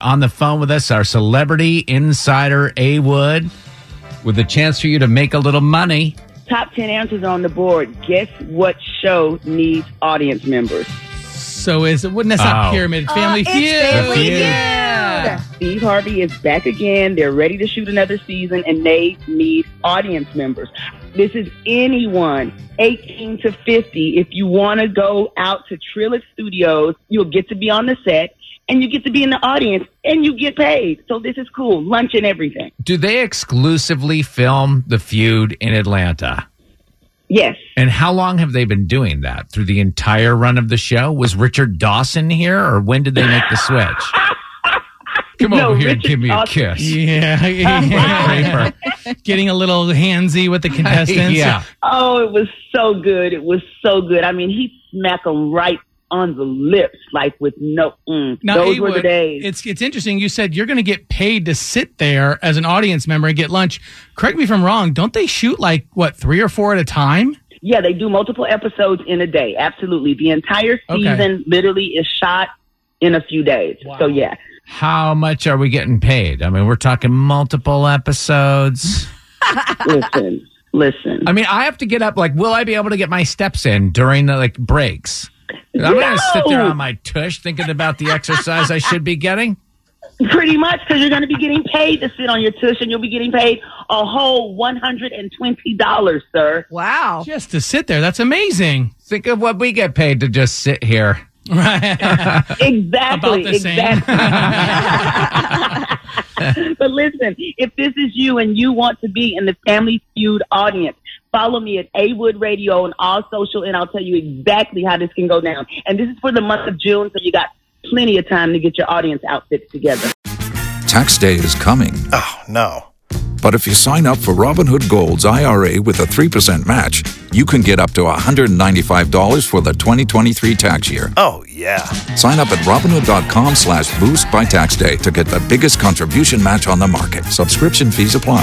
On the phone with us, our celebrity insider, A Wood, with a chance for you to make a little money. Top 10 answers on the board. Guess what show needs audience members? So is it? Wouldn't that's not Oh. pyramid? Family it's Uh, Feud. Family Feud. Yeah. Steve Harvey is back again. They're ready to shoot another season and they need audience members. This is anyone 18 to 50. If you want to go out to Trillic Studios, you'll get to be on the set and you get to be in the audience and you get paid. So this is cool. Lunch and everything. Do they exclusively film the feud in Atlanta? Yes. And how long have they been doing that? Through the entire run of the show? Was Richard Dawson here or when did they make the switch? Come No, over here and Richard give me a Dawson- kiss. Yeah. Raper. Getting a little handsy with the contestants. yeah. Oh, it was so good. It was so good. I mean, he smacked them right on the lips, like with no. Mm. Now, Those were Haywood, the days. It's it's interesting. You said you're going to get paid to sit there as an audience member and get lunch. Correct me if I'm wrong. Don't they shoot like what three or four at a time? Yeah, they do multiple episodes in a day. Absolutely. The entire Okay. season literally is shot in a few days. So, yeah. How much are we getting paid? I mean, we're talking multiple episodes. Listen, listen. I mean, I have to get up. Like, will I be able to get my steps in during the like breaks? I'm going to sit there No. on my tush thinking about the exercise I should be getting. Pretty much because you're going to be getting paid to sit on your tush and you'll be getting paid a whole $120, sir. Oh. Wow. Just to sit there. That's amazing. Think of what we get paid to just sit here. Right. Exactly. About the same. Exactly. but listen, if this is you and you want to be in the Family Feud audience, follow me at Awood Radio on all social, and I'll tell you exactly how this can go down. And this is for the month of June, so you got plenty of time to get your audience outfits together. Tax day is coming. Oh, no. But if you sign up for Robinhood Gold's IRA with a 3% match, you can get up to $195 for the 2023 tax year. Oh, yeah. Sign up at Robinhood.com slash boost by tax day to get the biggest contribution match on the market. Subscription fees apply.